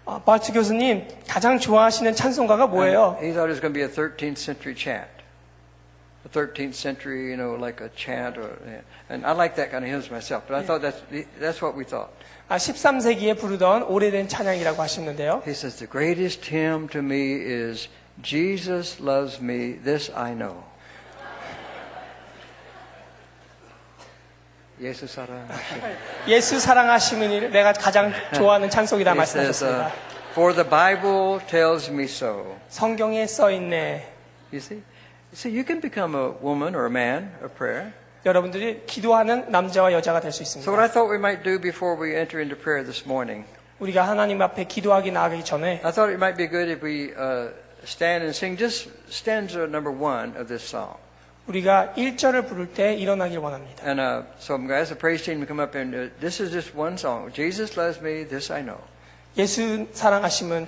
S2: 아, 바트 교수님 가장 좋아하시는 찬송가가 뭐예요?
S1: And he thought it was going to be a 13th century chant. A 13th century, you know, like a chant, or, and I like that kind of hymns myself. But I thought that's that's what we thought.
S2: 아, 13세기에 부르던 오래된 찬양이라고 하시는데요.
S1: He says the greatest hymn to me is Jesus loves me. This I know. Jesus 사랑.
S2: 예수 사랑하시는 일 내가 가장 좋아하는 찬송이다
S1: He says, uh,
S2: 말씀하셨습니다.
S1: for the Bible tells me so.
S2: 성경에 써 있네.
S1: You see? So you can become a woman or a man of prayer.
S2: 여러분들이 기도하는 남자와 여자가 될 수
S1: So
S2: 있습니다.
S1: what I thought we might do before we enter into prayer this morning,
S2: 우리가 하나님 앞에 기도하기 나가기 전에
S1: I thought it might be good if we uh, stand and sing just stanza number one of this song.
S2: 우리가 1절을 부를 때 일어나길 원합니다.
S1: And uh, so I'm going to ask the praise team to come up and uh, this is just one song. Jesus loves me, this I know.
S2: 예수 사랑하심은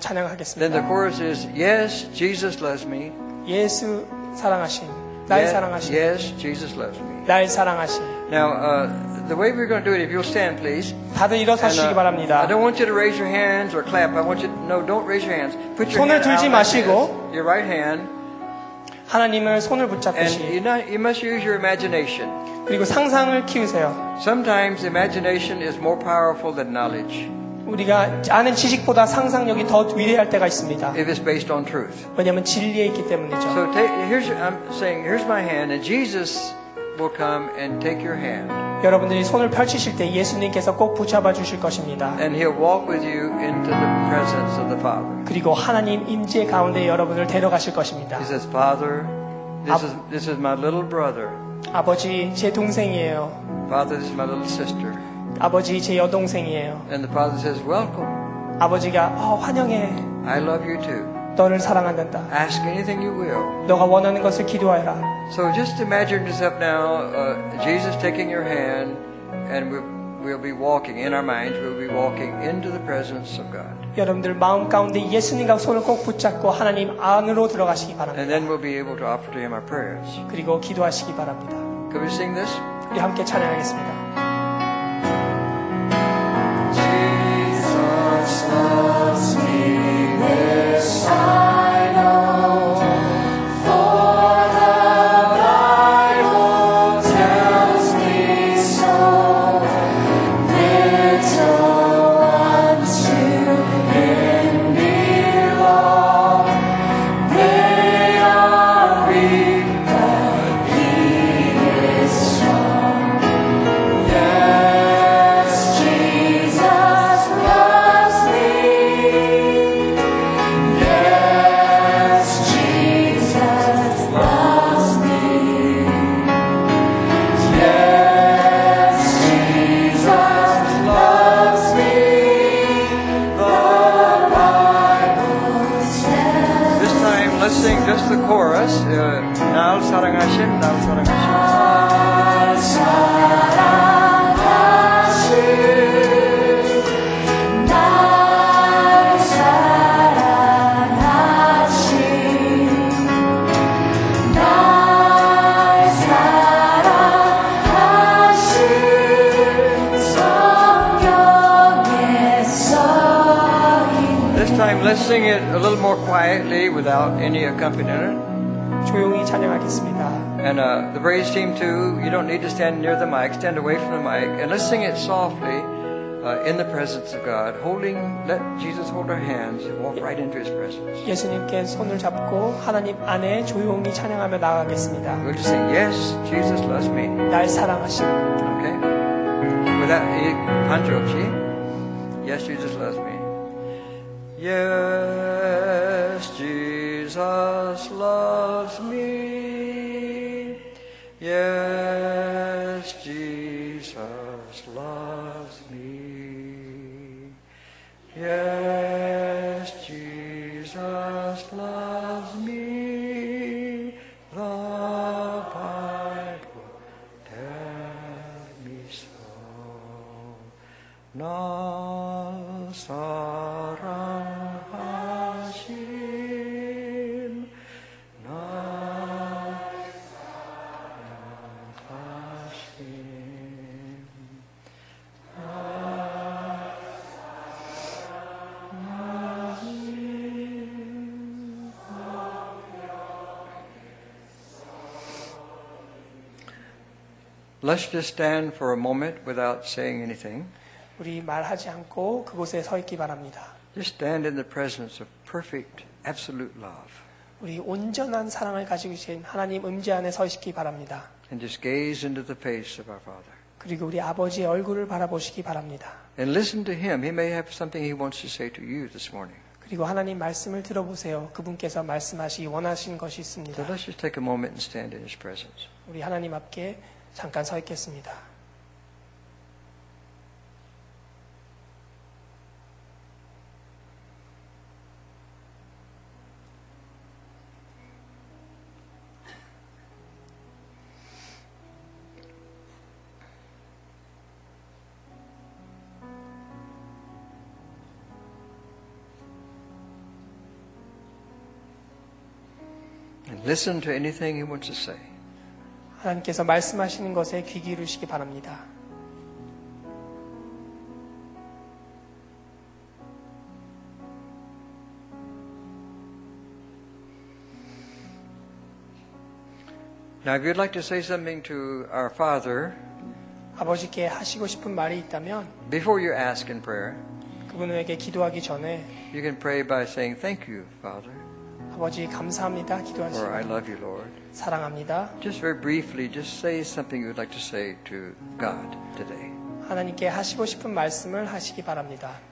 S1: Then the
S2: 찬양하겠습니다.
S1: chorus is, yes, Jesus loves me.
S2: 네. 예수 사랑하심, 날
S1: Ye-
S2: 사랑하심,
S1: Yes, Jesus loves me.
S2: 날 사랑하심.
S1: Now, uh, the way we're going to do it, if you'll stand, please.
S2: 다들 일어서
S1: And, uh,
S2: 주시기
S1: I
S2: 바랍니다.
S1: don't want you to raise your hands or clap. I want you to, no, don't raise your hands. Put your
S2: 손을
S1: hand out
S2: 들지
S1: like this.
S2: 마시고.
S1: your right hand,
S2: 하나님을 손을
S1: and you,
S2: 네, 붙잡듯이
S1: not, you must use your imagination.
S2: 그리고 상상을 키우세요.
S1: Sometimes imagination is more powerful than knowledge
S2: 우리가 아는 지식보다 상상력이 더 위대할 때가 있습니다.
S1: if it's based on truth.
S2: 왜냐하면 진리에 있기 때문이죠.
S1: So take, here's I'm saying, here's my hand, and Jesus will come and take your hand,
S2: 여러분들이 손을 펼치실 때 예수님께서 꼭 붙잡아 주실 것입니다.
S1: and He'll walk with you into the presence of the Father.
S2: 그리고 하나님 임재 가운데 여러분을 데려가실 것입니다.
S1: He says, Father, this is this is my little brother.
S2: 아버지, 제 동생이에요.
S1: Father, this is my little sister.
S2: 아버지, 제 여동생이에요.
S1: And the father says, Welcome.
S2: 아버지가 어, 환영해.
S1: I love you too.
S2: 너를 사랑한단다.
S1: Ask anything you will.
S2: 너가 원하는 것을 기도하라.
S1: So just imagine yourself now, uh, Jesus taking your hand, and we'll, we'll be walking in our minds, we'll be walking into the presence of God.
S2: 여러분들 마음 가운데 예수님과 손을 꼭 붙잡고 하나님 안으로 들어가시기 바랍니다.
S1: And then we'll be able to offer to Him our prayers.
S2: 그리고 기도하시기 바랍니다.
S1: Could we sing this?
S2: 우리 함께 찬양하겠습니다.
S3: Jesus loves me. Yes, Jesus loves me. Yes, Jesus loves me. The Bible says.
S1: This time, let's sing just the chorus. Uh, 날 사랑하신, 날 사랑하신.
S3: 사랑하신 날 사랑하신 날 사랑하신 성경에서
S1: This time, let's sing it a little more quietly without any accompaniment.
S2: 조용히 찬양하겠습니다.
S1: And uh, the praise team, too, you don't need to stand near the mic, stand away from the mic. And let's sing it softly uh, in the presence of God, holding, let Jesus hold our hands and walk right into his presence.
S2: 예수님께 손을 잡고 하나님 안에 조용히 찬양하며 나아가겠습니다.
S1: We'll just sing, Yes, Jesus loves me.
S2: 날 사랑하신
S1: Okay? Without any control, see? Yes, Jesus loves me. Yes, Jesus loves me. Yes, Jesus loves me. Yes, Jesus loves me. The Bible tells me so. 나 사랑하신 나 사랑하신 Let's just stand for a moment without saying anything.
S2: 우리 말하지 않고 그곳에 서 있기 바랍니다.
S1: Just stand in the presence of perfect, absolute love
S2: 우리 온전한 사랑을 가지고 계신 하나님 음지 안에 서 있기 바랍니다.
S1: and just gaze into the face of our Father.
S2: 그리고 우리 아버지의 얼굴을 바라보시기 바랍니다.
S1: And listen to Him. He may have something He wants to say to you this morning.
S2: 그리고 하나님 말씀을 들어보세요. 그분께서 말씀하시기 원하신 것이
S1: So
S2: 있습니다.
S1: let's just take a moment and stand in His presence.
S2: 우리 하나님 앞에 잠깐 서 있겠습니다.
S1: And listen to anything He wants to say.
S2: 하나님께서 말씀하시는 것에 귀 기울이시기 바랍니다.
S1: Now, if you'd like to say something to our Father
S2: 아버지께 하시고 싶은 말이 있다면
S1: before you ask in prayer,
S2: 그분에게 기도하기 전에
S1: you can pray by saying, Thank you, Father,
S2: 아버지 감사합니다.
S1: or I
S2: 기도하시고
S1: love you, Lord.
S2: 사랑합니다.
S1: Just very briefly, just say something you'd like to say to God today.
S2: 하나님께 하시고 싶은 말씀을 하시기 바랍니다.